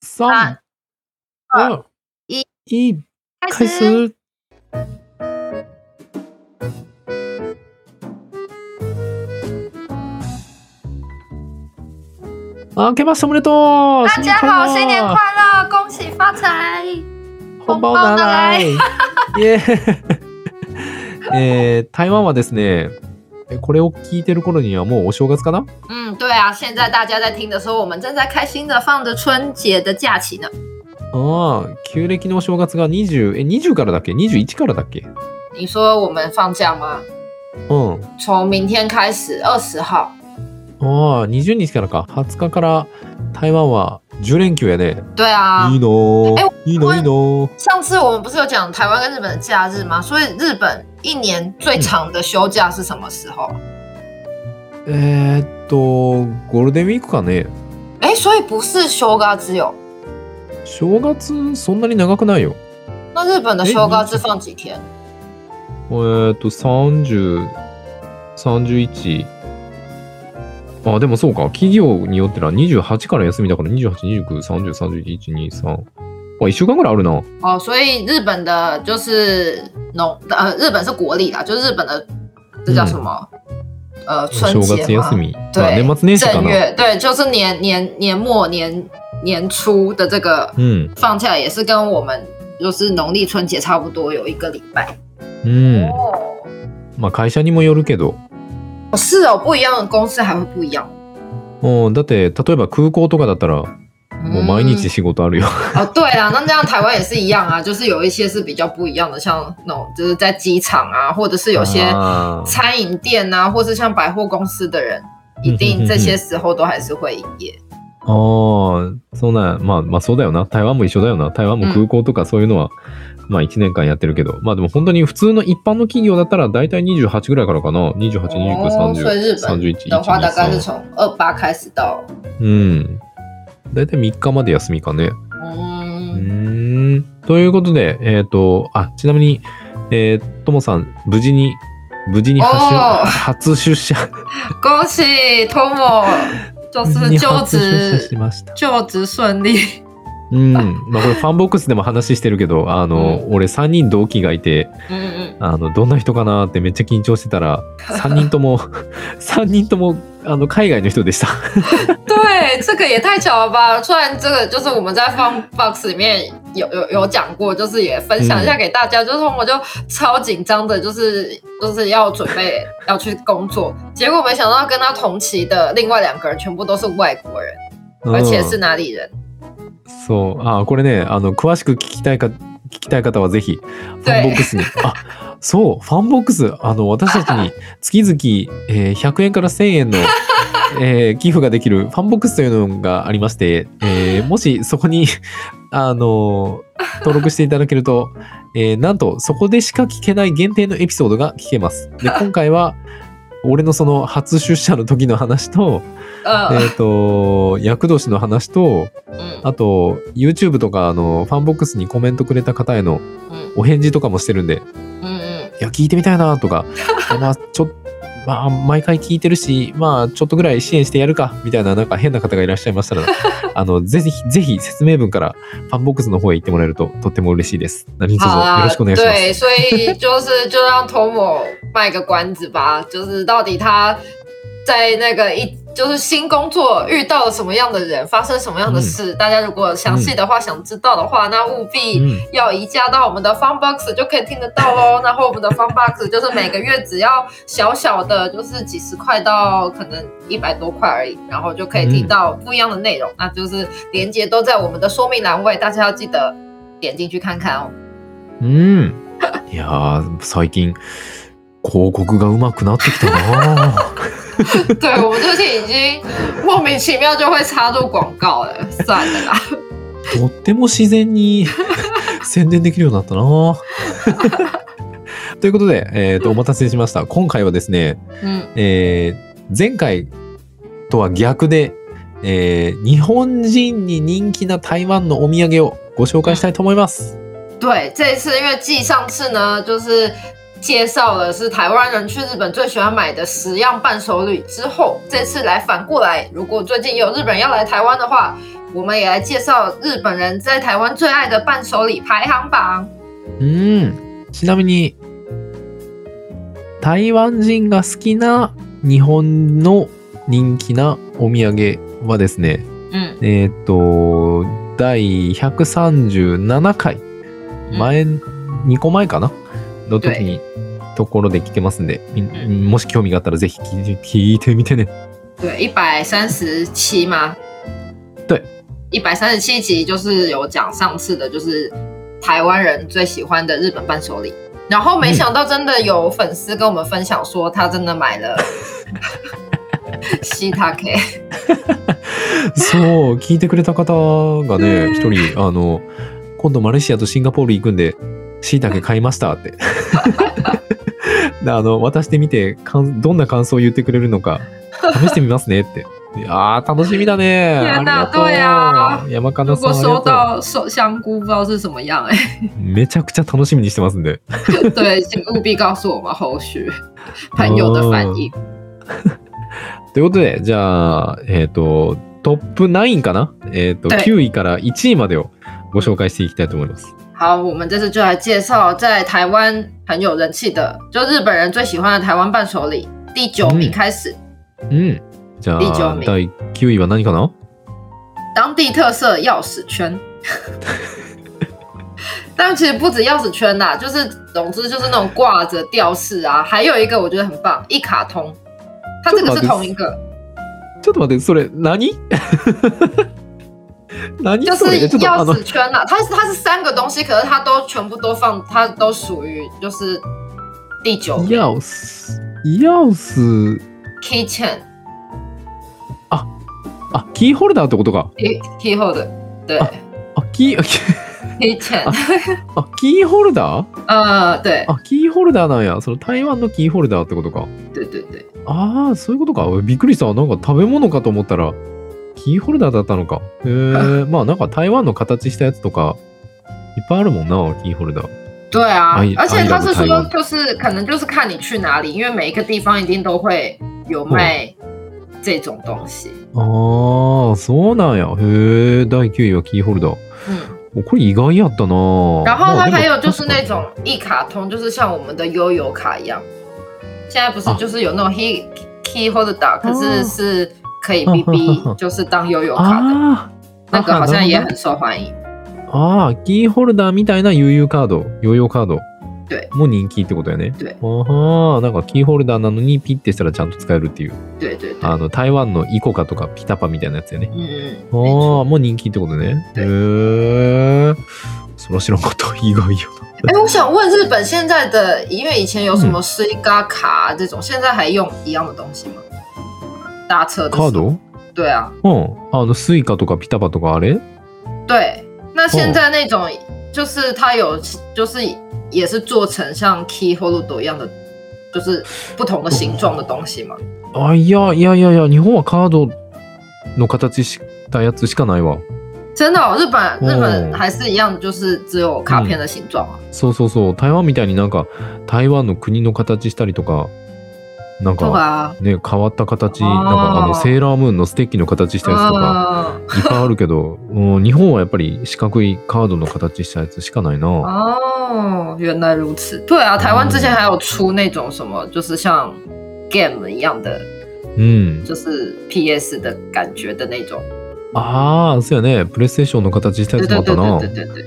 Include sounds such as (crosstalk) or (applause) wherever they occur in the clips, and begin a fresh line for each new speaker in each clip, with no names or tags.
三、二、
一、
一，开
开始。
始。あ、明けましておめでとう！
大家好，新年
乐！
快乐，恭喜发财！
红包拿来！イエーイ (laughs) えー、台湾はですね、えこれを聞いてる頃にはもうお正月かな
嗯，对啊，现在大家在听的时候，我们正在开心的放着春节的假期呢，
ああ、旧暦のお正月が20、え、20からだっけ ?21 からだっけ
你说我们放假吗？
うん。
从明天开始，二十号。
ああ、20日からか。20日から台湾は10連休やね。
对啊
いい，の
え
いいのいいの
上次我们不是有讲台湾跟日本的假日吗？所以日本一年最长的休假是什么时候？
えー、っと、ゴールデンウィークかね。
哎、所以不是休假只有。
正月そんなに長くないよ。
那日本的休假是放几天？
えー、っと、30、31。あ、でもそうか。企業によってな、28から休みだから、28、29、30、31、1、2、3。あ、1週間ぐらいあるな。
哦，所以日本的就是农呃，日本是国历啦，就日本的这叫什么？呃，春
正
节
月
吗
休？み。
对
まあ年末年始か
正
な。
月对，就是年年年末年年初的这个
うん。
放假，也是跟我们就是农历春节差不多有一个礼拜。
うん。
哦，
まあ会社にもよるけど。
是哦，不一样的公司还会不一样。
うん、だって例えば空港とかだったらもう毎日仕事あるよ。
哦，对啦，那这样台湾也是一样啊，就是有一些是比较不一样的，像那种就是在机场啊，或者是有些
あー
餐饮店啊，或是像百货公司的人，一定这些时候都还是会营业。
(laughs) あーそうなんまあまあそうだよな台湾も一緒だよな台湾も空港とかそういうのは、まあ1年間やってるけどまあでも本当に普通の一般の企業だったら大体28ぐらいからかな
哦所以日本的话，大概
28293031
是从二八开始到，
うん大体3日まで休みかね。う
嗯，
ーんということでえっ、とあちなみにえーともさん無事に無事に初出
おー
初出社
(laughs) 恭喜 (laughs) Tomo，就是
に
就
初出社し
职
ました。
就职顺利。 (laughs)
うん。まあこれファンボックスでも話してるけど、あの、俺3人同期がいて、
嗯嗯
あの、どんな人かなってめっちゃ緊張してたら、3人とも、3人とも、あの、海外の人でした。
嗯， (laughs) 对，这个也太巧了吧！虽然这个就是我们在放 box 里面有有有讲过，就是也分享一下给大家，就是我就超紧张的，就是就是要准备 (laughs) 要去工作，结果没想到跟他同期的另外两个人全部都是外国人，
嗯
而且是
うん
哪里人？
そう。あ、これね、あの、詳しく聞きたいか、聞きたい方はぜひ、ファンボックスに。あ、そう、ファンボックス、あの、私たちに月々、えー100円から1000円の、えー寄付ができるファンボックスというのがありまして、えーもしそこに、あのー登録していただけると、えーなんとそこでしか聞けない限定のエピソードが聞けます。で、今回は、俺のその初出社の時の話と、えっ、
嗯
と、厄年の話と、
嗯
あと、YouTube とか、あの、ファンボックスにコメントくれた方への
嗯
お返事とかもしてるんで、
嗯
いや、聞いてみたいなとか、まあ、ちょまあ、毎回聞いてるし、まあ、ちょっとぐらい支援してやるか、みたいな、なんか変な方がいらっしゃいましたら、あの、ぜひ、ぜひ、説明文から、ファンボックスの方へ行ってもらえると、とっても嬉しいです。何
嗯，
卒
好
よろ
啦
しくお願，いします。
对，所以就是就让 Tomo 卖个关子吧， (laughs) 就是到底他在那个一就是新工作遇到了什么样的人，发生什么样的事，大家如果详细的话、想知道的话，那务必。
うん、
要移驾到我们的 Funbox 就可以听得到喽。然后我们的 Funbox 就是每个月只要小小的，就是几十块到可能一百多块而已，然后就可以听到不一样的内容。那就是连接都在我们的说明栏位，大家要记得点进去看看哦。
うん。いやー、最近、広告が上手くなってきたなー
(laughs) 对我们最近已经莫名其妙就会插入广告了，算了啦。
とっても自然 (laughs) に宣伝できるようになったなー (laughs) ということで、えっ、と、お待たせしました。今回はですね、
嗯，
えー前回とは逆で、えー日本人に人気な台湾のお土産をご紹介したいと思います。
对，这一次因为继上次呢，就是介绍的是台湾人去日本最喜欢买的十样伴手礼之后，这次来反过来，如果最近有日本人要来台湾的话，我们也来介绍日本人在台湾最爱的伴手礼排行榜。
うん。ちなみに、台湾人が好きな日本の人気なお土産はですね、
嗯，
えーっと、第137回、前、2個前かなの時に、ところで聞けますんで、み
ん
もし興味があったらぜひ聞いて聞いてみて
(laughs)
ね。
对，一百三十七吗？
对，
一百三十七集就是有讲上次的，就是台湾人最喜欢的日本伴手礼。然后
嗯
没想到真的有粉丝跟我们分享说，他真的买了西塔
(laughs)
K。
そう、聞いてくれた方が
う
ね、
ん
一人、あの、今度マレーシアとシンガポール行くんで、椎茸買いました
(laughs)
って。であの、渡してみて、感どんな感想を言ってくれるのか、試してみますねって。いやー、楽しみだね。
(laughs) いや
ありがと
だだ
う。山
如
金さんあ
果
りが
收
と
到收香菇，不知道是什么样
(laughs) う。
哎、
めちゃくちゃ楽しみにしてますんで。
对，请务必告诉我们后续朋友的反应。
哦ということで、じゃあ、えっ、と、トップ9かなえっ、と、
はい
9位から1位までをご紹介していきたいと思います。
好，我们这次就来介绍在台湾很有人气的，就日本人最喜欢的台湾伴手礼，第九名
嗯
开始，
うん。じゃ
以上
あ、
名
第9位は何かな
当地特色钥匙圈。 (laughs) 但其实不止钥匙圈啦，就是总之就是那种挂着吊饰啊，还有一个我觉得很棒，一卡通，它这个是同一个，
ちょっと待って、それ何、 (laughs) 何
就
そ
是
れちょっと
钥
あの
匙圈啦，它是它是三个东西，可是它都全部都放，它都属于就是第九名
ヤオス、ヤオス、
keychain
あ、キーホルダーってことか。
key key holder，对
啊あ、キー、
keychain。
あ、キーホルダー
呃，对
あ、キーホルダーなんや。その台湾のキーホルダーってことか。
对对对，
ああ、そういうことか。びっくりした。なんか食べ物かと思ったら、キーホルダーだったのか。へえ、まあなんか台湾の形したやつとか、いっぱいあるもんな、キーホルダー。
对啊
哎，
而且他是
哎
说
呀，
就是可能就是看你去哪里，因为每一个地方一定都会有卖这种东西。
ああ、そうなんや。へえ、第9位はキーホルダー。
嗯，
おこれ意外やったなぁ
然后
まあで
它
も
还有就是哦那
確か
种一卡通，就是像我们的悠游卡一样，现在不是
啊
就是有那种 key key 或者打，可是
哦
是可以
嗯
B B，
嗯嗯嗯
就是当悠游卡的，
あー
啊那个好像也
あ
很受欢迎。
あーキーホルダーみたいな悠々カードヨーヨーカード
对
も人気ってことやね
对
あーなんかキーホルダーなのにピッてしたらちゃんと使えるっていう
对对对，
あの台湾のイコカとかピタパみたいなやつやね
嗯，
ああ
没错。
もう人気ってことねへ
对
えそら知らんかった意外や
哎、我想问日本现在的，因为以前有什么 s u 嘎卡、这种，现在还用一样的东西吗？搭车的
カ
时
ー
候
ド
对啊，
うんあのスイカとかピタパとかあれ
对。那现在那种、就是它有，就是也是做成像 key holder 一样的，就是不同的形状的东西嘛。
あいやいやいやいや日本はカードの形したやつしかないわ
真的、哦，日本
哦嗯
日本还是一样，就是只有卡片的形状啊。
そうそうそう台湾みたいになんか台湾の国の形したりとかなん
对
か
啊吧？
ね変わった形
あー
なんかあのセーラームーンのステッキの形したやつとか
嗯，
いっぱいあるけど、うん日本はやっぱり四角いカードの形したやつしかないな。
哦，原来如此。对啊，台湾之前还有出那种什么，就是像 game 一样的，
うん。
就是 PS 的感觉的那种。
ああ、そうやね。プレイステーションの形したや
对
つも
对
あったな。う
对对
ん。
对对对。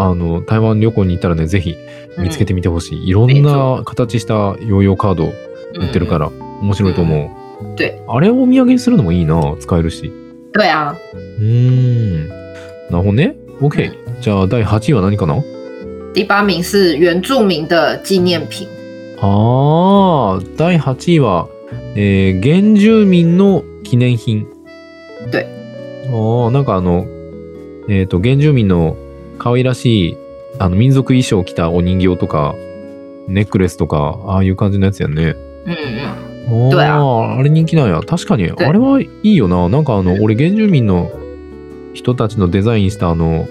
あの、台湾旅行に行ったらね、ぜひ見
嗯
つけてみてほしい。いろ
え
ん
っ
な
と
形したヨーヨーカード
嗯
売ってるから面白いと思う。
对
あれをお土産にするのもいいな。使えるし。
嗯。对啊，
うーん。なるほどね。OK。じゃあ、第8位は何かな
第八名是原住民的纪念品。
ああ、第8位は、えー原住民の記念品。
对
ああ、なんかあの、えっ、と、原住民の可愛らしい、あの、民族衣装を着たお人形とか、ネックレスとか、ああいう感じのやつやね。
嗯嗯，
あ
对
あ、あれ人気なんや。確かに、あれはいいよな。なんかあの、俺、原住民の人たちのデザインしたあの、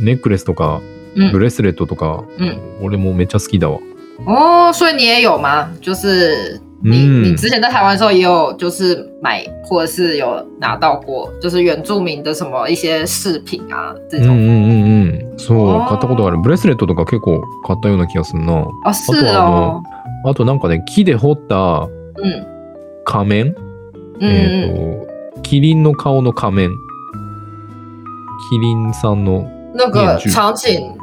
ネックレスとか、
嗯
ブレスレットとか、
うん
俺もめっちゃ好きだわ。
哦，所以你也有吗？就是你、
嗯
你之前在台湾的时候也有，就是买或者是有拿到过，就是原住民的什么一些饰品啊这
うんうんう
种。
んうん。そう、買ったことある。ブレスレットとか結構買ったような気がするな。
哦，是
我懂
哦
了，あとなんかね、木で彫った
嗯
仮面。
嗯
え
嗯，
ーと、キリンの顔の仮面。キリンさんの、
那个
面具
长颈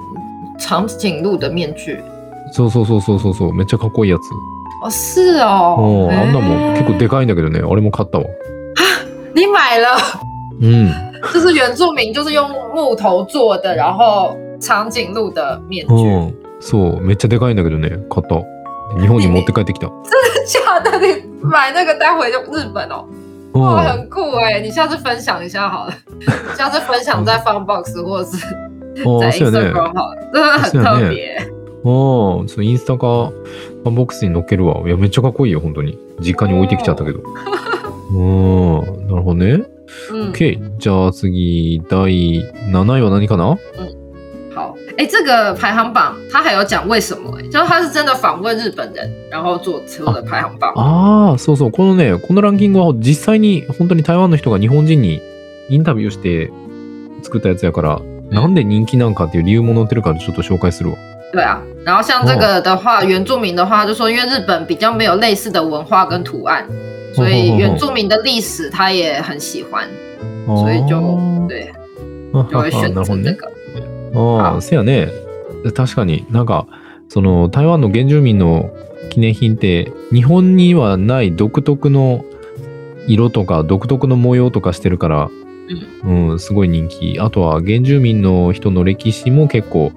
长颈鹿的面具。
そうそうそうそうそうそう、めっちゃかっこいいやつ。
哦，是
う
哦
ん、，あんなもん
哎
結構でかいんだけどね、あれも買ったわ。
你买了， (laughs)
うん。
就是原住民，就是用木头做的，然后长颈鹿的面具， (laughs)
うん。そう、めっちゃでかいんだけどね、買った。日本に持って帰ってきた。
假的，你买那个带回就日本哦。
う
哇，
ん。
很酷哎、你下次分享一下好 (laughs) 了，你下次分享在 Funbox 或哦者是
ああ、そうや
在
ね。
Instagram 好了， (laughs) 真的很特别。
ああ、そうインスタか、ファンボックスに載っけるわ。いや、めっちゃかっこいいよ、本当に。実家に置いてきちゃったけど。 (laughs) うん、なるほどね。
嗯，
OK。じゃあ次、第7位は何かな
好，哎、这个排行榜他还有讲为什么、欸，就是他是真的访问日本人，然后做出的排行榜。
ああ、そうそう。このね、このランキングは実際に本当に台湾の人が日本人にインタビューして作ったやつやから、なんで人気なんかっていう理由も載ってるからちょっと紹介するわ。
对啊，然后像这个的话，原住民的话就说，因为日本比较没有类似的文化跟图案，所以原住民的历史他也很喜欢，所以就对
あー
就会选
なるほ
择
ど
这
ね。
个。
ああ、せやね。確かになんか、その台湾の原住民の記念品って、日本にはない独特の色とか独特の模様とかしてるから、うん、すごい人気。あとは原住民の人の歴史も結構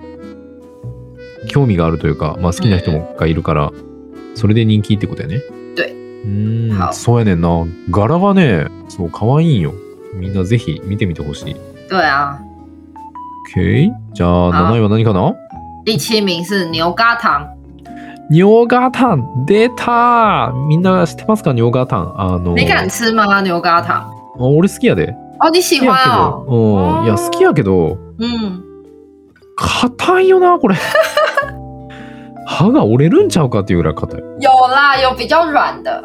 興味があるというか、まあ好きな人もがいるから、それで人気ってことやね。
对
うん
好、
そうやねんな。柄がね、そう、可愛いんよ。みんなぜひ見てみてほしい。
对啊，
OK? じゃあ
好
7位は何かな
第七名是牛轧糖，
牛轧糖出たみんな知ってますか牛轧糖あの
你敢吃吗？牛轧糖？
俺好きやで
哦，你喜
好きや
欢
け
哦
ど。、うん、いや好きやけど
嗯，
硬いよなこれ歯が折れるんちゃうかっていうぐらい硬い
有啦，有比较软的。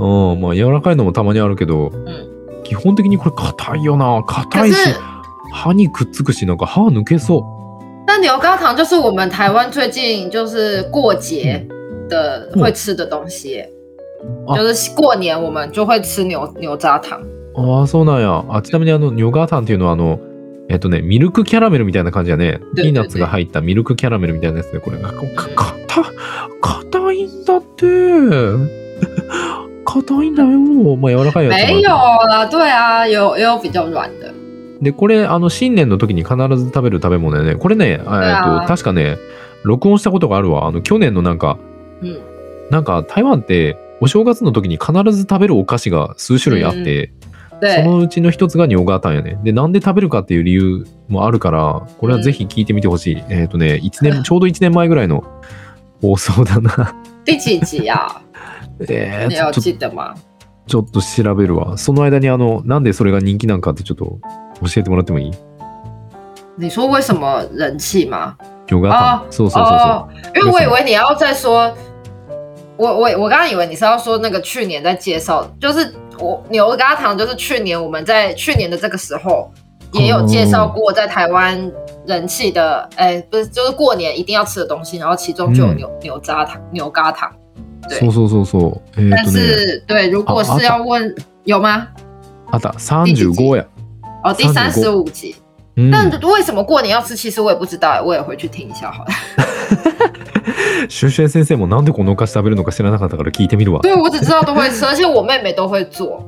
うんまあ柔らかいのもたまにあるけど、基本的にこれ硬いよな
可
硬いし
是
歯にくっつくしなんか歯抜けそ
那牛轧糖就是我们台湾最近就是过节的
嗯
会吃的东西，
啊
就是过年我们就会吃牛牛轧糖。
うああそうなんやあちなみにあの牛轧糖っていうのはあのえっとねミルクキャラメルみたいな感じやね
で
ピーナッツが入ったミルクキャラメルみたいなやつでこれがこかかた硬いんだって (laughs) 硬いんだよまあ柔らかいやつもある
没有啦，对啊，有也有比较软的。
でこれあの新年の時に必ず食べる食べ物やねこれねえっと
わー
確かね録音したことがあるわあの去年のなんか
嗯，
なんか台湾ってお正月の時に必ず食べるお菓子が数種類あって、そ
对，
のうちの一つが尿ガータンやね。で、なんで食べるかっていう理由もあるから、これはぜひ聞いてみてほしい。えっ、とね、一 (laughs) 年、ちょうど1年前ぐらいの放送だな。 (laughs)
第几集 (laughs) 啊？
え
你有
ー、ちょ
记得吗？
ちょっと調べるわ。その間に、あの、なんでそれが人気なんかってちょっと教えてもらってもいい
你说为什么人气吗？
尿ガータン。
あ
そうそうそうそう。
哦，因为我以为你要再说，我我我刚刚以为你是要说那个去年在介绍，就是我牛轧糖，就是去年我们在去年的这个时候也有介绍过在台湾人气的，哎、不是就是过年一定要吃的东西，然后其中就有
嗯
牛、牛轧糖、牛轧糖，对
そうそうそうそう。えっ、
但
とね、
是、对，如果
好
是要问、有吗？
あった、35や。
哦，第三十五集，
うん、
但为什么过年要吃？其实我也不知道，我也回去听一下好了。 (laughs)
シュウシュウ先生もなんでこのお菓子食べるのか知らなかったから聞いてみるわ。
对，我只知道都会吃，而且我妹妹都会做。哦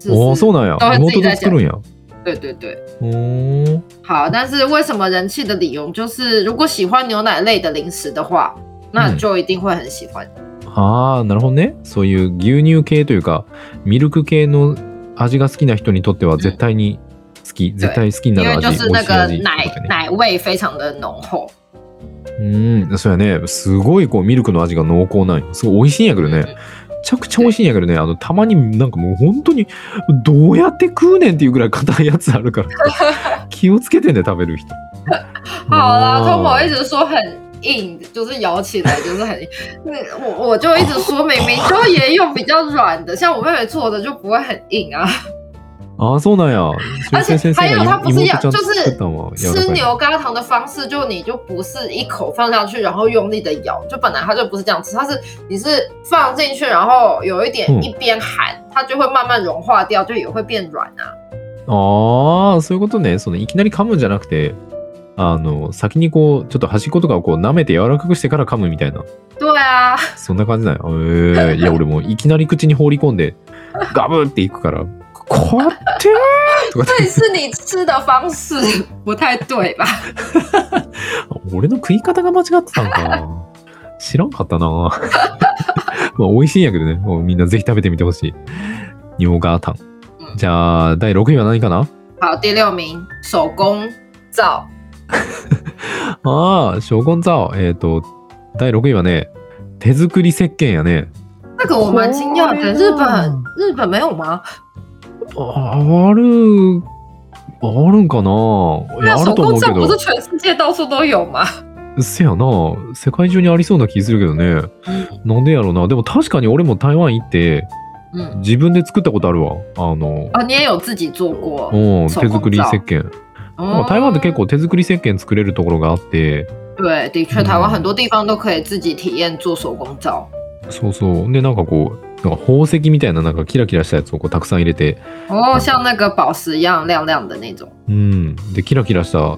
只是
おお、そうなん
あ
や。
自
妹
己
で
在
作るんや。
对对对，
うーん。
好。但是为什么人气的理由就是，如果喜欢牛奶类的零食的话，那就一定会很喜欢。
ああ、なるほどね。そういう牛乳系というか、ミルク系の味が好きな人にとっては絶対に好き、絶対好きに
因
な
为
る味、
就
美
是那
味しい
个
味って
奶
ことね。
奶味非常的浓厚，
うん、そうやね。すごいこうミルクの味が濃厚なんよ。すごい美味しいんやけどね。めちゃくちゃ美味しいんやけどね。あの、たまになんかもう本当に、どうやって食うねんっていうぐらい硬いやつあ (laughs) るから。気をつけてね、食べる人。
嗯好啦，
あー
Tomo 一直说很硬，就是摇起来就是很硬。 (laughs) 那我我就一直说，明明就也有比较软的，像我妹妹做的就不会很硬啊。
ああそうなんや。
而且
先生
还有，它不是要
妹妹ちゃ
就
ん作
是
ったんは柔らかい
吃牛轧糖的方式，就你就不是一口放下去，然后用力的咬，就本来它就不是这样吃，它是你是放进去，然后有一点
嗯
一边含，它就会慢慢融化掉，就也会变软啊。
ああそういうことねそのいきなり噛むんじゃなくてあの先にこうちょっと端っことかをこう舐めて柔らかくしてから噛むみたいな
对啊， (laughs)
そんな感じなんやええいや俺もういきなり口に放り込んでガブっていくから「こうやって!」とかっ
这
て
也是你吃的方式不太对吧？
俺の食い方が間違ってたんか知らんかったな (laughs) まあ美味しいんやけどねもうみんなぜひ食べてみてほしい尿ガータンじゃあ第6位は何かな
好，第六名，手工皂。
ああショゴンザオえっ、と第6位はね手作り石鹸やね
那个我蛮惊讶的，日
哦
本日本没有吗？
ああるあるんかない
那
やあ
手
ると
工
思う
皂
け
不是
ど
全世界到处都有吗？
せやな世界中にありそうな気するけどねなんでやろうなでも確かに俺も台湾行って
嗯，
自分で作ったことあるわあの、
哦，你也有自己做过？
うん
手
手
工
作り石
皂
鹸
哦
台湾って結構手作り石鹸作れるところがあって
对，的确，
嗯
台湾很多地方都可以自己体验做手工皂。
そうそうでなんかこうなんか宝石みたいななんかキラキラしたやつをこうたくさん入れて
哦，像那个宝石一样亮亮的那种，
うん、でキラキラした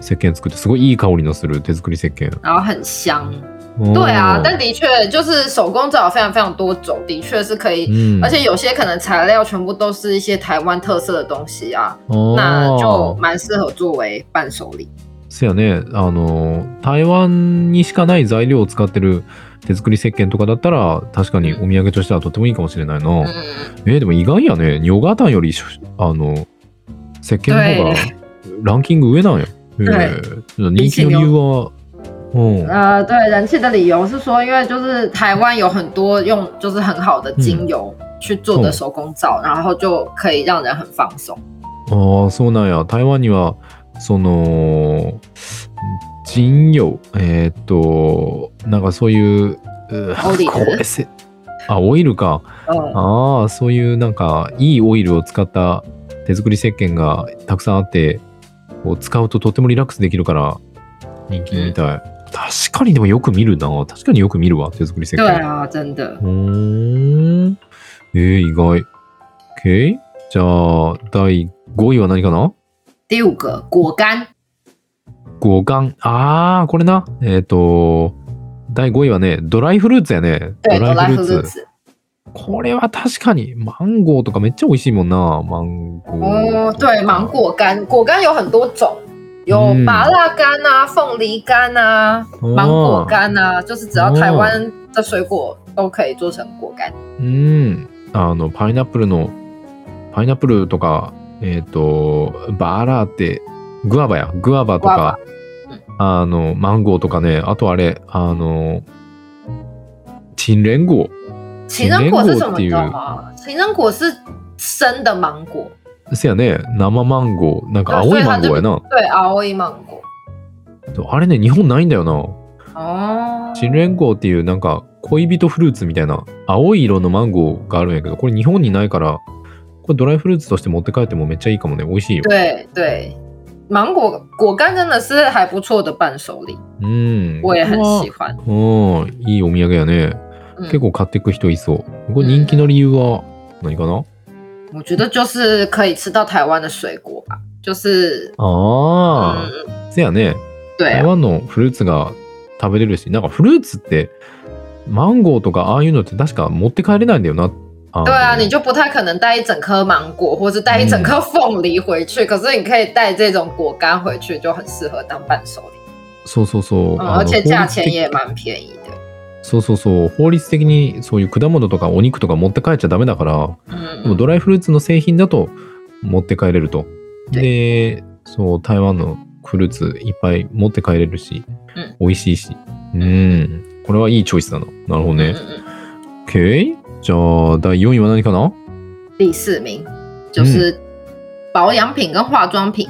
石鹸作ってすごいいい香りのする手作り石鹸。
然后很香。
うん
对啊，但的确就是手工皂有非常非常多种，的确是可以，
うん、
而且有些可能材料全部都是一些台湾特色的东西啊，
あー
那就蛮适合作为伴手礼。
せやねあの台湾にしかない材料を使ってる手作り石鹸とかだったら確かにお土産としてはとてもいいかもしれないな、
嗯，
えーでも意外やねニョガタンよりしあの石鹸の方がランキング上なんや、えー人気の理由はうん
呃，对，人气的理由是说，因为就是台湾有很多用就是很好的精油去做的
嗯
手工皂，然后就可以让人很放松。嗯
ああそうなんや台湾にはその人用えーっとなんかそういううー
オイル
これせあオイルか
嗯。
哦ああそういうなんかいいオイルを使った手作り石鹸がたくさんあってこう使うととてもリラックスできるから人気みたい、確かにでもよく見るな確かによく見るわ手作り石
对
鹸
啊，真的
う。ーんえー、意外 OK じゃあ第5位は何かな
第五个果干，
五感。ああ、これな。えっ、と、第5位はね、ドライフルーツやね。
对，
ドラ
哆啦
イ
A
フルーツ。
子。
これは確かに、マンゴーとかめっちゃ美味しいもんな。マンゴー。
哦，对，芒。果干，果干有很多种，有
嗯
麻辣干啊、凤梨干啊、芒果干啊，就是只要台湾的水果都可以做成果干。
うん。あの、パイナップルの、パイナップルとか、えっ、と、バラって、グアバや、グアバと
グア
か、あの、マンゴーとかね、あとあれ、あの、チンレンゴ
情人果是什么？
情人果っていう
你知道吗？情人果是生的芒果，
せやね、生マンゴー、なんか青いマンゴーやな。
对，熬一芒果。
あれね、日本ないんだよな。
哦，
チンレンゴーっていうなんか恋人フルーツみたいな青い色のマンゴーがあるんやけど、これ日本にないから、これドライフルーツとして持って帰ってもめっちゃいいかもね。美味しいよ。
对对，芒果果干真的是还不错的伴手礼，
うん。
我也很喜欢。
これはうん、いいお土産やね。
嗯
結構買ってく人いそう。これ人気の理由は何かな
我觉得就是可以吃到台湾的水果吧，就是
あ
嗯，
あ、せやね。
对
台
啊，
湾のフルーツが食べれるし、なんかフルーツってマンゴーとかああいうのって確か持って帰れないんだよな。
对啊，
の
你就不太可能带一整颗芒果，或是带一整
嗯
颗凤梨回去，可是你可以带这种果干回去，就很适合当伴手礼，
そうそうそう。
嗯，
あの
而且
法
价
律
钱
的
也蛮便宜的，
そうそうそう法律的にそういう果物とかお肉とか持って帰っちゃダメだからでも
嗯，
ドライフルーツの製品だと持って帰れるとでそう台湾のフルーツいっぱい持って帰れるし、
うん
美味しいしうんこれはいいチョイスだななるほどね
嗯、嗯嗯
OK じゃあ第4位は何かな
第四名
嗯
就是保养品跟化妆品，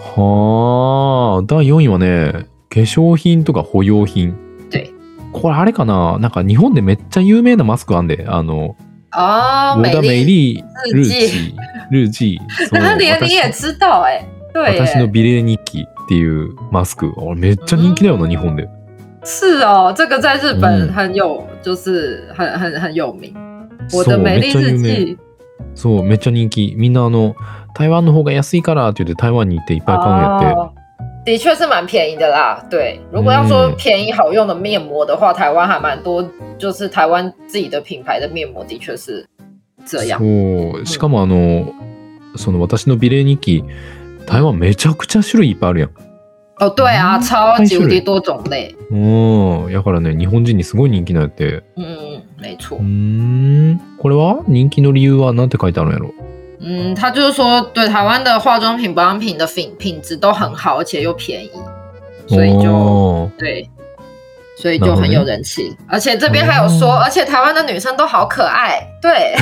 はあ第4位はね化化粧品とか保養品。
对。
これあれかななんか日本でめっちゃ有名なマスクあんで、あの、我
哦，美
的美
丽，
丽日哦
日記
記、日記。そう
那连你也
私
知道哎、对
私の
耶，
美麗日記っていうマスク。俺めっちゃ人気だよな、
うん
日本で。
是哦，这个在日本
嗯
很有，就是很很很有名。我
そ
的
う、め
美丽
っちゃ有
日
名。
记
そう、めっちゃ人気。みんなあの、台湾の方が安いからって言って台湾に行っていっぱい買うんやって。
哦，的确是蛮便宜的啦。对，如果要说便宜好用的面膜的话，台湾还蛮多，就是台湾自己的品牌的面膜的确是这样。
そう、しかもあの、その私の美麗日記、台湾めちゃくちゃ種类いっぱいあるやん。
哦，对啊，
嗯
超
太
级无
秀
敌
了
多种类。
うん。やからね、日本人にすごい人気なんやって。
嗯，没错
う。ーん。これは人気の理由はなんて書いてあるんやろ
嗯，他就是说，对台湾的化妆品、保养品的品品质都很好，而且又便宜，所以就、
おー
对，所以就很有人气。而且这边还有说，
哦
而且台湾的女生都好可爱，对，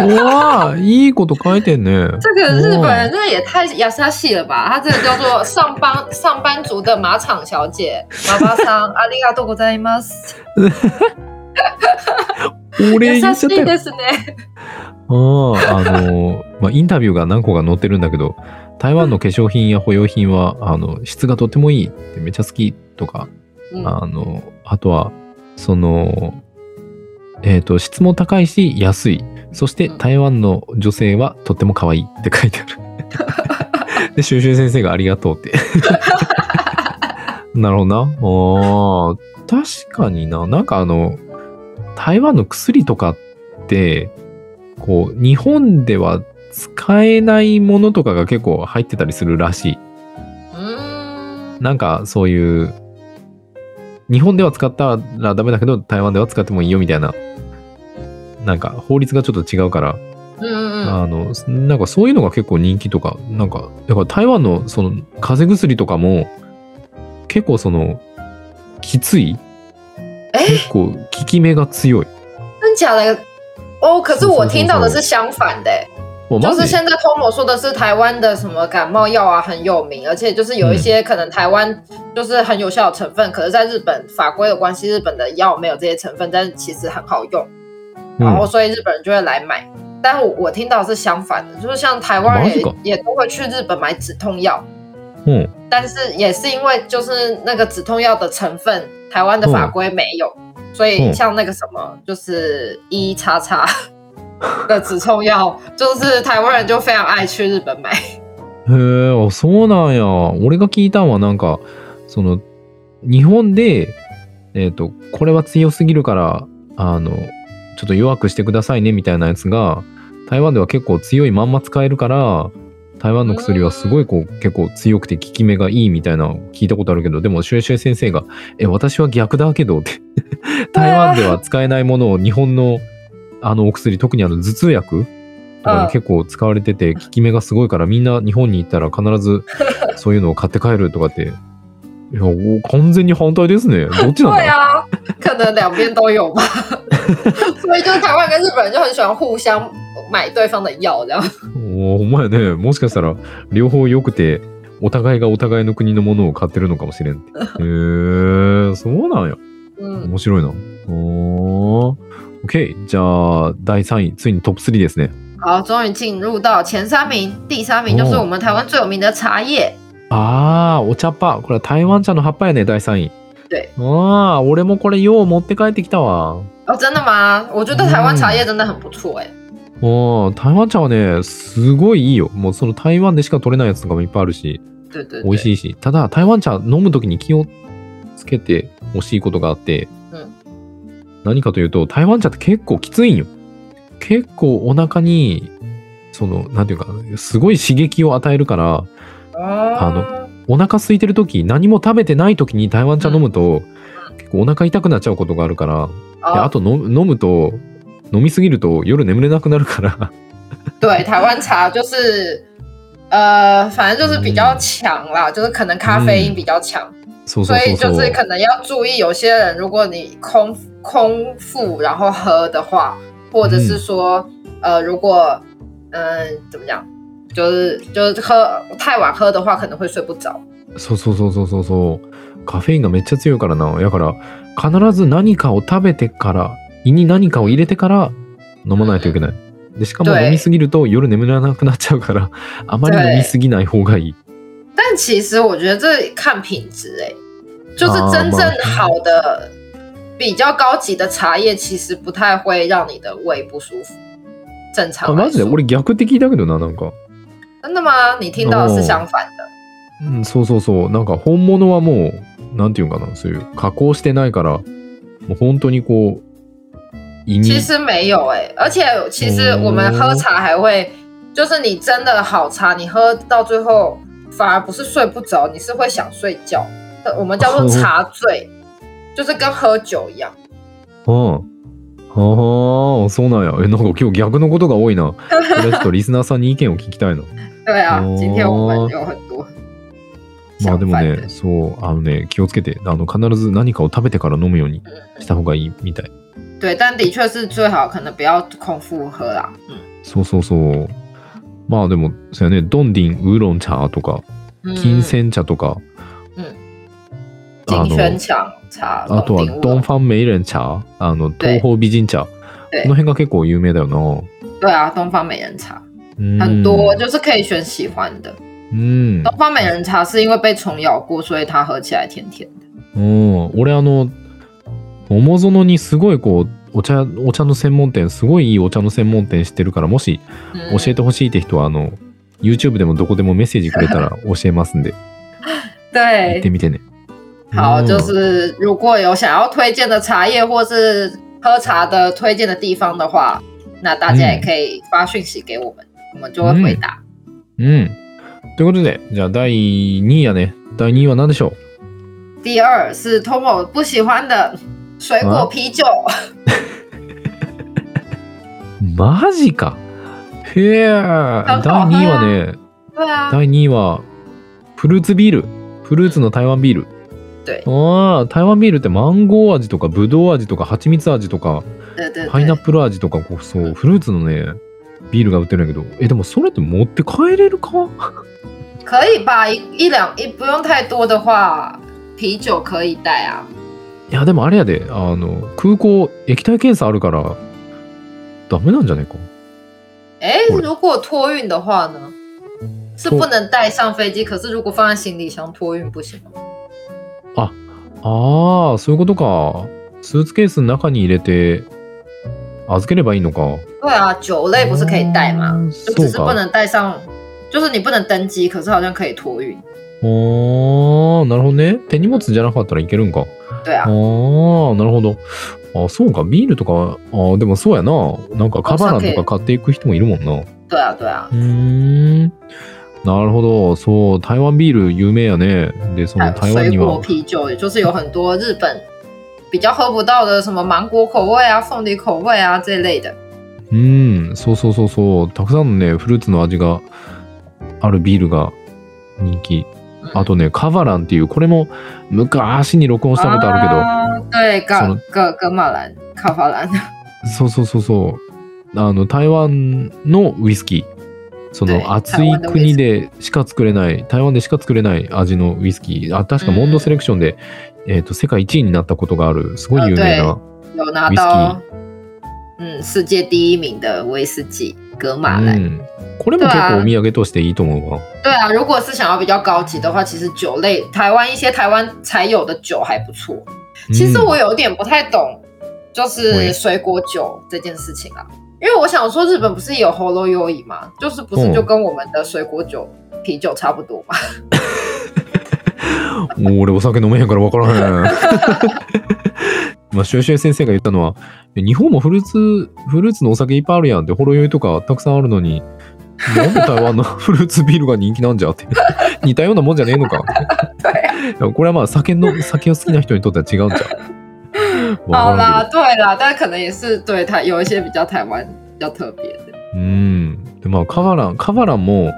うわーいいこと書いてんね。
这个日本人真的也太亚莎系了吧？他这个叫做上班上班族的马场小姐，马巴桑，阿里嘎多ございます。
俺言
優
っち
し
ゃった
い
よ。
ですね。
ああ、あのー、まあ、インタビューが何個か載ってるんだけど、台湾の化粧品や保養品は、あの、質がとてもいいって、めっちゃ好きとか、
嗯，
あの、あとは、その、えっ、と、質も高いし、安い。そして、
うん
台湾の女性はとっても可愛いって書いてある。で、シュウシュウ先生がありがとうって。 (laughs) なるほどな。あー確かにな。なんかあの、台湾の薬とかって、こう、日本では使えないものとかが結構入ってたりするらしい。
嗯，
なんかそういう日本では使ったらダメだけど台湾では使ってもいいよみたいななんか法律がちょっと違うから、
嗯嗯嗯，
あのなんかそういうのが結構人気とかなんかだから台湾のその風邪薬とかも結構そのきつい
哎、
結構効き目が強い。
真假的？哦，可是
是
我
是
听
是
到的
是
是相反的、欸
もう
就
マジ
是现在 Tomo 说的是台湾的什么感冒药啊很有名，而且就是有一些可能台湾就是很有效的成分，可是在日本法规的关系，日本的药没有这些成分，但是其实很好用，
うん
然后所以日本人就会来买。但我我听到是相反的，就是像台湾
马
人
斯克
也也都会去日本买止痛药，
うん
但是也是因为就是那个止痛药的成分，台湾的法规没有，所以像那个什么就是一叉叉的止痛药，就是台湾人就非常爱去日本买。
へえ、あ、そうなんや。俺が聞いたんはなんか、その、日本で、えっ、と、これは強すぎるから、あの、ちょっと弱くしてくださいねみたいなやつが、台湾では結構強いまんま使えるから、台湾の薬はすごいこう結構強くて効き目がいいみたいなの聞いたことあるけど、でもシュエシュエ先生が、え、私は逆だけどって、台湾では使えないものを日本のあのお薬、特にあの頭痛薬とか
うん
に結構使われてて、効き目がすごいから、みんな日本に行ったら必 (laughs) ずそういうのを買って帰るとかって。いや、お完全に反対です (laughs) ね。どっちなんだ
对啊，可能两边都有吧。 (laughs) 所以就是台湾跟日本人就很喜欢互相买对方的药，这样。
おお前ね、もしかしたら両方良くて、お互いがお互いの国のものを買ってるのかもしれん (laughs) って。へえそうなんや。
嗯，
面白いな。おー。OK。じゃあ、第3位、ついにトップ3ですね。
好，终于进入到前三名，第三名就是
哦
我们台湾最有名的茶叶。
ああ、お茶っ葉。これは台湾茶の葉っぱやね、第3位。
对。
ああ、俺もこれよう持って帰ってきたわ。
哦，真的吗？我觉得台湾茶叶真的很不错哎、
ああ、台湾茶はね、すごいいいよ。もうその台湾でしか取れないやつとかもいっぱいあるし、
对对
美味
对，
しいし。ただ、台湾茶飲むときに気をつけてほしいことがあって、
うん
何かというと、台湾茶って結構きついんよ。結構お腹に、その、なんていうか、すごい刺激を与えるから、あ
哦，
お腹空いてる時何も食べてない時に台湾茶飲むと、結構お腹痛くなっちゃうことがあるから、であ
哦，
と飲む飲むと飲みすぎると夜眠れなくなるから (laughs)
对，台湾茶就是，呃，反正就是比较强啦，就是可能咖啡因比较强，
そうそ
所
うそ
以
うそ
就是
う
可能要注意，有些人如果你空空腹然后喝的话，或者是说，呃，如果呃嗯、怎么讲，就是就是喝太晚喝的话，可能会睡不着。
そうそうそうそうそうそうカフェインがめっちゃ強いからなやから必ず何かを食べてから胃に何かを入れてから飲まないといけないでしかも
对
飲みすぎると夜眠れなくなっちゃうからあまり
对
飲みすぎない方がいい
但其实我觉得这看品质，哎，就是
啊
真正
蛮
好的、比较高级的茶叶，其实不太会让你的胃不舒服。正
あ
常来
マジで
说，
俺逆哦的だけどななんか、
真的吗？你听到的是相反
哦
的。
うん、そうそうそうなんか本物はもうなんていうんかなそういう加工してないからもう本当にこう胃に
其实没有哎、而且其实我们喝茶还会，就是你真的好茶，你喝到最后反而不是睡不着，你是会想睡觉。呃我们叫
(laughs)
做茶醉，就是跟喝酒一样。
うんああそうなんやえなんか今日逆のことが多いなこれちょっとリスナーさんに意見を聞きたいな
对啊，
哦
今天我们有很多
まあ
相
でも
反的
ね、そう、あのね、気をつけて、あの、必ず何かを食べてから飲むようにした方がいいみたい。
对，但的确是最好可能不要空腹喝啦。嗯
そうそうそう。まあでも、そうやね、ドンディンウーロン茶とか、
嗯
金銭茶とか、
うん
あ
金萱
の、
强茶，
あとはドンファンメイレン茶、あの、東方美人茶。こ
对
の辺が結構有名だよな。
对啊，东方美人茶
うん嗯
很多，就是可以选喜欢的。
うん。
东方美人茶是因为被虫咬过，所以它喝起来甜甜的。
うん、俺あの桃園にすごいこうお茶お茶の専門店すごいいいお茶の専門店してるからもし
嗯
教えてほしいって人はあの YouTube でもどこでもメッセージくれたら教えますんで行っ
对
て，みてね。
好，
うん
就是如果有想要推荐的茶叶或是喝茶的推荐的地方的话，那大家也可以发讯息给我们，我们就会回答。
うん。ということでじゃあ第2位やね。第2位は何でしょう
第二是 Tomo 不喜欢的水果啤酒，
マジかへえ第2位
なんかわからん
はね
对啊，
第2位はフルーツビールフルーツの台湾ビール
对
ああ台湾ビールってマンゴー味とかブドウ味とか蜂蜜味とか
对对
パイナ
对
ッ。プル味とかこうそうフルーツのねビールが売ってるんやけどえでもそれって持って帰れるか
可以吧？一一两一不用太多的话，啤酒可以带啊。
いやでもあれやであの空港液体検査あるからダメなんじゃないか
哎
我，
如果托运的话呢？是
托
不能带上飞机，可是如果放在行李箱托运不行吗？
ああそういうことかスーツケースの中に入れて預ければいいのか
对啊，酒类不是可以带吗？
嗯
就只是
是吧
不能带上，就是你不能登机，可是好像可以托运。
ああなるほどね手荷物じゃなかったらいけるんか
对啊
ああ，ーなるほどあそうかビールとかあでもそうやななんかカバランとか買っていく人もいるもんな
对啊，对啊
う。ーんなるほどそう台湾ビール有名やねでそ
还
の
有
台湾
水
に
果
は
啤酒，也就是有很多日本比较喝不到的，什么芒果口味啊、凤梨口味啊这类的。
うんそうそうそうそうたくさんのねフルーツの味があるビールが人気
嗯
あとねカバランっていうこれも昔に録音したことあるけど
啊对，
什
噶
么
噶噶马兰、卡法兰， (laughs)
そうそうそうそう。あの台湾のウイスキー。そ
はい
の暑い国でしか作れない、台湾でしか作れない味のウイスキー。あ、確か
うん
モンドセレクションで、えっ、と、世界1位になったことがある、すごい有名
あ
な。
有拿到嗯世界第一名的威士忌格马
う
兰。
ん。これも結構お土産としていいと思うわ。
对啊，如果是想要比较高级的话，其实酒类台湾一些台湾才有的酒还不错。其实我有点不太懂，就
嗯喂
是水果酒这件事情啊，因为我想说日本不是有 h o l o y o i 嘛，就是不是
嗯
就跟我们的水果酒、啤酒差不多嘛？
うん、もう俺お酒飲めへんから分からへん。 (laughs) まあ、シュエシュエ先生が言ったのは、日本もフルーツ、フルーツのお酒いっぱいあるやんって、ほろ酔いとかたくさんあるのに、なんで台湾の (laughs) フルーツビールが人気なんじゃって。 (laughs) 似たようなもんじゃねえのか。
对啊、
いやこれはまあ酒の、酒を好きな人にとっては違うんじ
(laughs)
ゃん。わから
好啦
んけ，
对啦，但可能也是对台有一些比较台湾比较特别的，
どうん。で、まあ、カバラン、カバランも、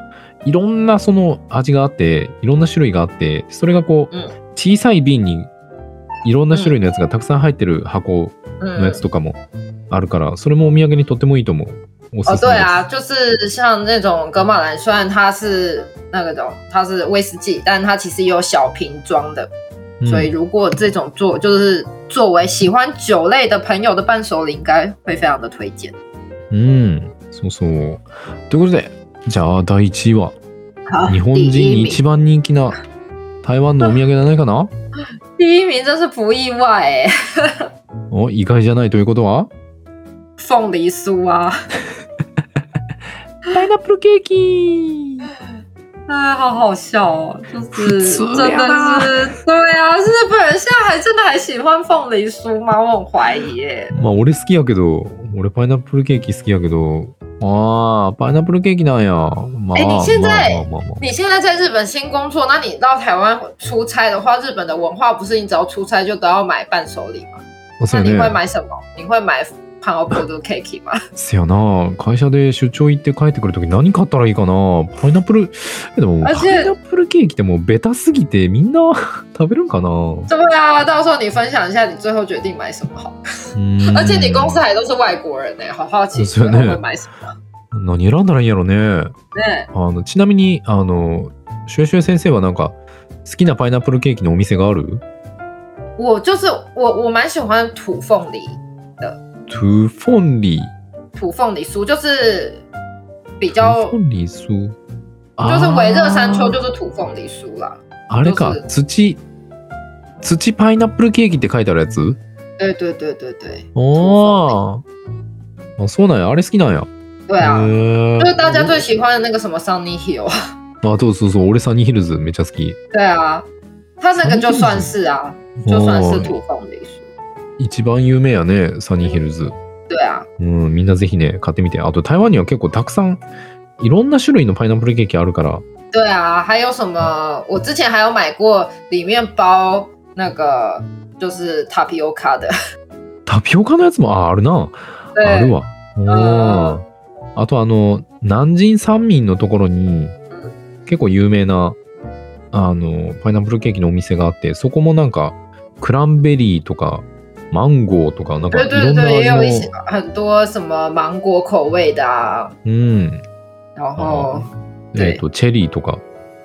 いろんなその味があって、いろんな種類があって、それがこう、
うん
小さい瓶に、いろんな種類のやつがたくさん入ってる箱の
嗯
や。つとかもあるから、それもお土産にとってもいいと思う。おす
哦，
す
对
めです。
啊，就是像那种格马兰，虽然它是那个叫它是威士忌，但它其实也有小瓶装的。
嗯
所以如果这种做就是作为喜欢酒类的朋友的伴手礼，应该会非常的推荐。
うん、そうそう。ということで、じゃあ第1位は、
好，
日本
第
人に
一名
一，番人気な (laughs) 台湾のお土産じゃないかな
第一名真是不意外哎、
お、意外じゃないということは
凤梨酥啊，
パイナップルケーキ
哎，好好笑哦，就是
普
真
通呀
的是，对啊，日本人现在还真的还喜欢凤梨酥吗？我很怀疑耶。
まあ俺好きやけど、俺パイナップルケーキ好きやけど、ああ、パイナップルケーキなんや。まあ、
え
まあ
你現在
まあまあまあ
你现在在日本新工作，那你到台湾出差的话，日本的文化不是你只要出差就都要买伴手礼吗？
あ。そう
那你会
やね。
买什么？你会买 p a n o p o d o cake 吗？
せやな。会社で出張行って帰ってくるとき何買ったらいいかなパイナップル、えでもパ
あ
イ
じゃあ
ナップルケーキってもうベタすぎてみんな食べるんかなう
对啊，到时候你分享一下你最后决定买什么好。
ーん
而且你公司还都是外国人呢、好好奇
嗯
最
是
后
那个
会买什么。
何選んだらいいんやろね。
对，
あのちなみにあのシュエシュエ先生はなんか好きなパイナップルケーキのお店がある
我就是我，我蛮喜欢土凤梨，
トゥフォンリー。
土凤梨酥就是比
トゥ
较
フォ。ンリース。
就是
あ
围热山丘
ー
就是土凤梨酥啦，
あれか
就是
土土パイナップルケーキって書いてあるやつ
对对对对对
おーあそうなんやあれ好きなんや。
对啊，
へー
就是大家最喜欢的那个什么 Sunny Hill，
あそうそうそう俺サニーヒルズめっちゃ好き。
对啊，它那个就算是啊，就算是土凤梨酥，
一番有名やねサニーヒルズ。
对啊，
うん、みんなぜひね、買ってみて。あと、台湾には結構たくさん、いろんな種類のパイナップルケーキあるから。
对啊，还有什么？我之前还有买过里面包那个就是塔皮欧卡的，
タピオカのやつも、あ、あるな。あ
对
る，わ。おーあと、あの、南京三民のところに、結構有名な、あの、パイナップルケーキのお店があって、そこもなんか、クランベリーとか、マンゴーとか、なんか
对
いろ
对
んな
对，也有一
味
些
の、
很多什么芒果口味的啊，
うん、
然后
えっと、チェリーとか、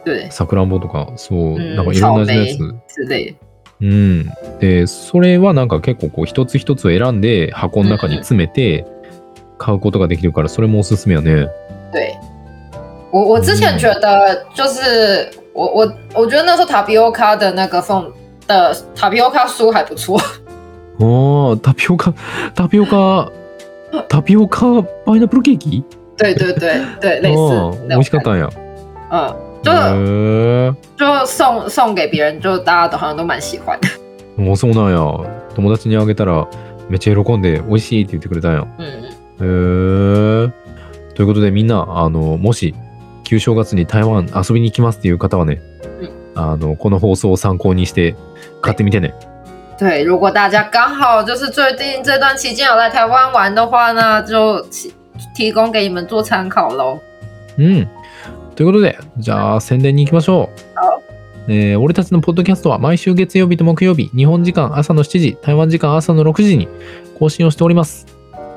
对
さくらんぼとか、そう、
うん
なんかいろんな味のや
草
つ。
之类的，
うん、でそれはなんか結構こう一つ一つを選んで箱の中に詰めて買うことができるからそれもおすすめやね。
对我我之前觉得就是我我我觉得那时候塔皮欧卡的那个凤的塔皮欧卡酥还不错， (laughs)
ああタピオカタピオカタピオカパイナップルケーキ
对对对对，
あ
类
あ
似
美
那种
味しかったんや。
嗯，就
へ
就送送给别人，就大家都好像都蛮喜欢的。
えもうそうなんや友達にあげたらめっちゃ喜んで美味しいって言ってくれたんや。へ
嗯，
え。ということでみんなあのもし旧正月に台湾遊びに行きますっていう方はね、あのこの放送を参考にして買ってみてね。
对，如果大家刚好就是最近这段期间有来台湾玩的话呢，就提提供给你们做参考喽。
うん。ということで、じゃあ宣伝に行きましょう。えー俺たちのポッドキャストは毎週月曜日と木曜日、日本時間朝の7時、台湾時間朝の6時に更新をしております。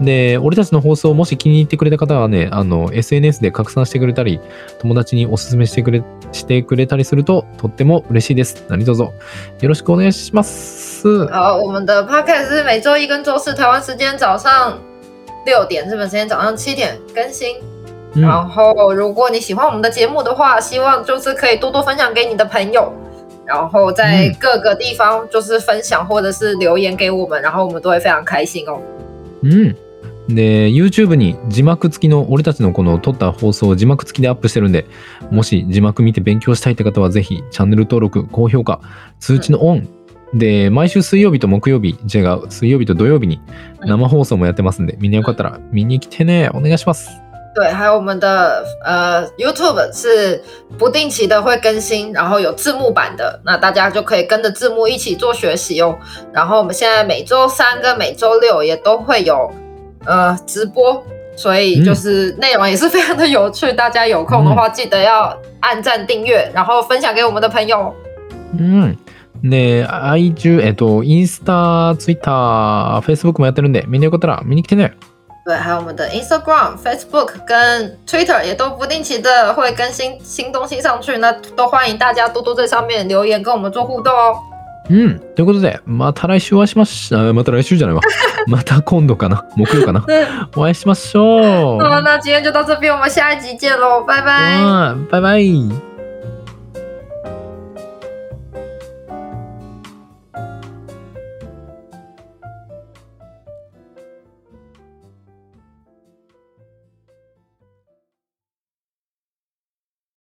で、俺たちの放送をもし気に入ってくれた方はね、あの、SNS で拡散してくれたり、友達におすすめしてくれ、してくれたりすると、とっても嬉しいです。何卒よろしくお願いします。
好，我们的 podcast 是每周一跟周四台湾时间早上六点，日本时间早上七点更新。
うん
然后，如果你喜欢我们的节目的话，希望就是可以多多分享给你的朋友，然后在
嗯
各个地方就是分享或者是留言给我们，然后我们都会非常开心哦。
うん。で、YouTube に字幕付きの俺たちのこの撮った放送を字幕付きでアップしてるんで、もし字幕見て勉強したいって方はぜひチャンネル登録、高評価、通知のオン。で、毎週水曜日と木曜日、違う、水曜日と土曜日に生放送もやってますんで、みんなよかったら見に来てね。お願いします。
对，还有我们的呃 YouTube 是不定期的会更新，然后有字幕版的，那大家就可以跟着字幕一起做学习哦。然后我们现在每周三跟每周六也都会有呃直播，所以就是内容也是非常的有趣，大家有空的话记得要按赞订阅，然后分享给我们的朋友哦。
うん。で、iTunes、えっと、インスタ、Twitter、Facebook もやってるんで、みんなよかったら見に来てね。
对，还有我们的 Instagram、Facebook 跟 Twitter 也都不定期的会更新新东西上去，那都欢迎大家多多在上面留言跟我们做互动哦。
うん。ということで、また来週お会いしましょう。また来週じゃないわ。また今度かな。木曜かな。
对，
お会いしましょう。嗯
那么那今天就到这边，我们下一集见喽，拜拜。
うんバイバイ。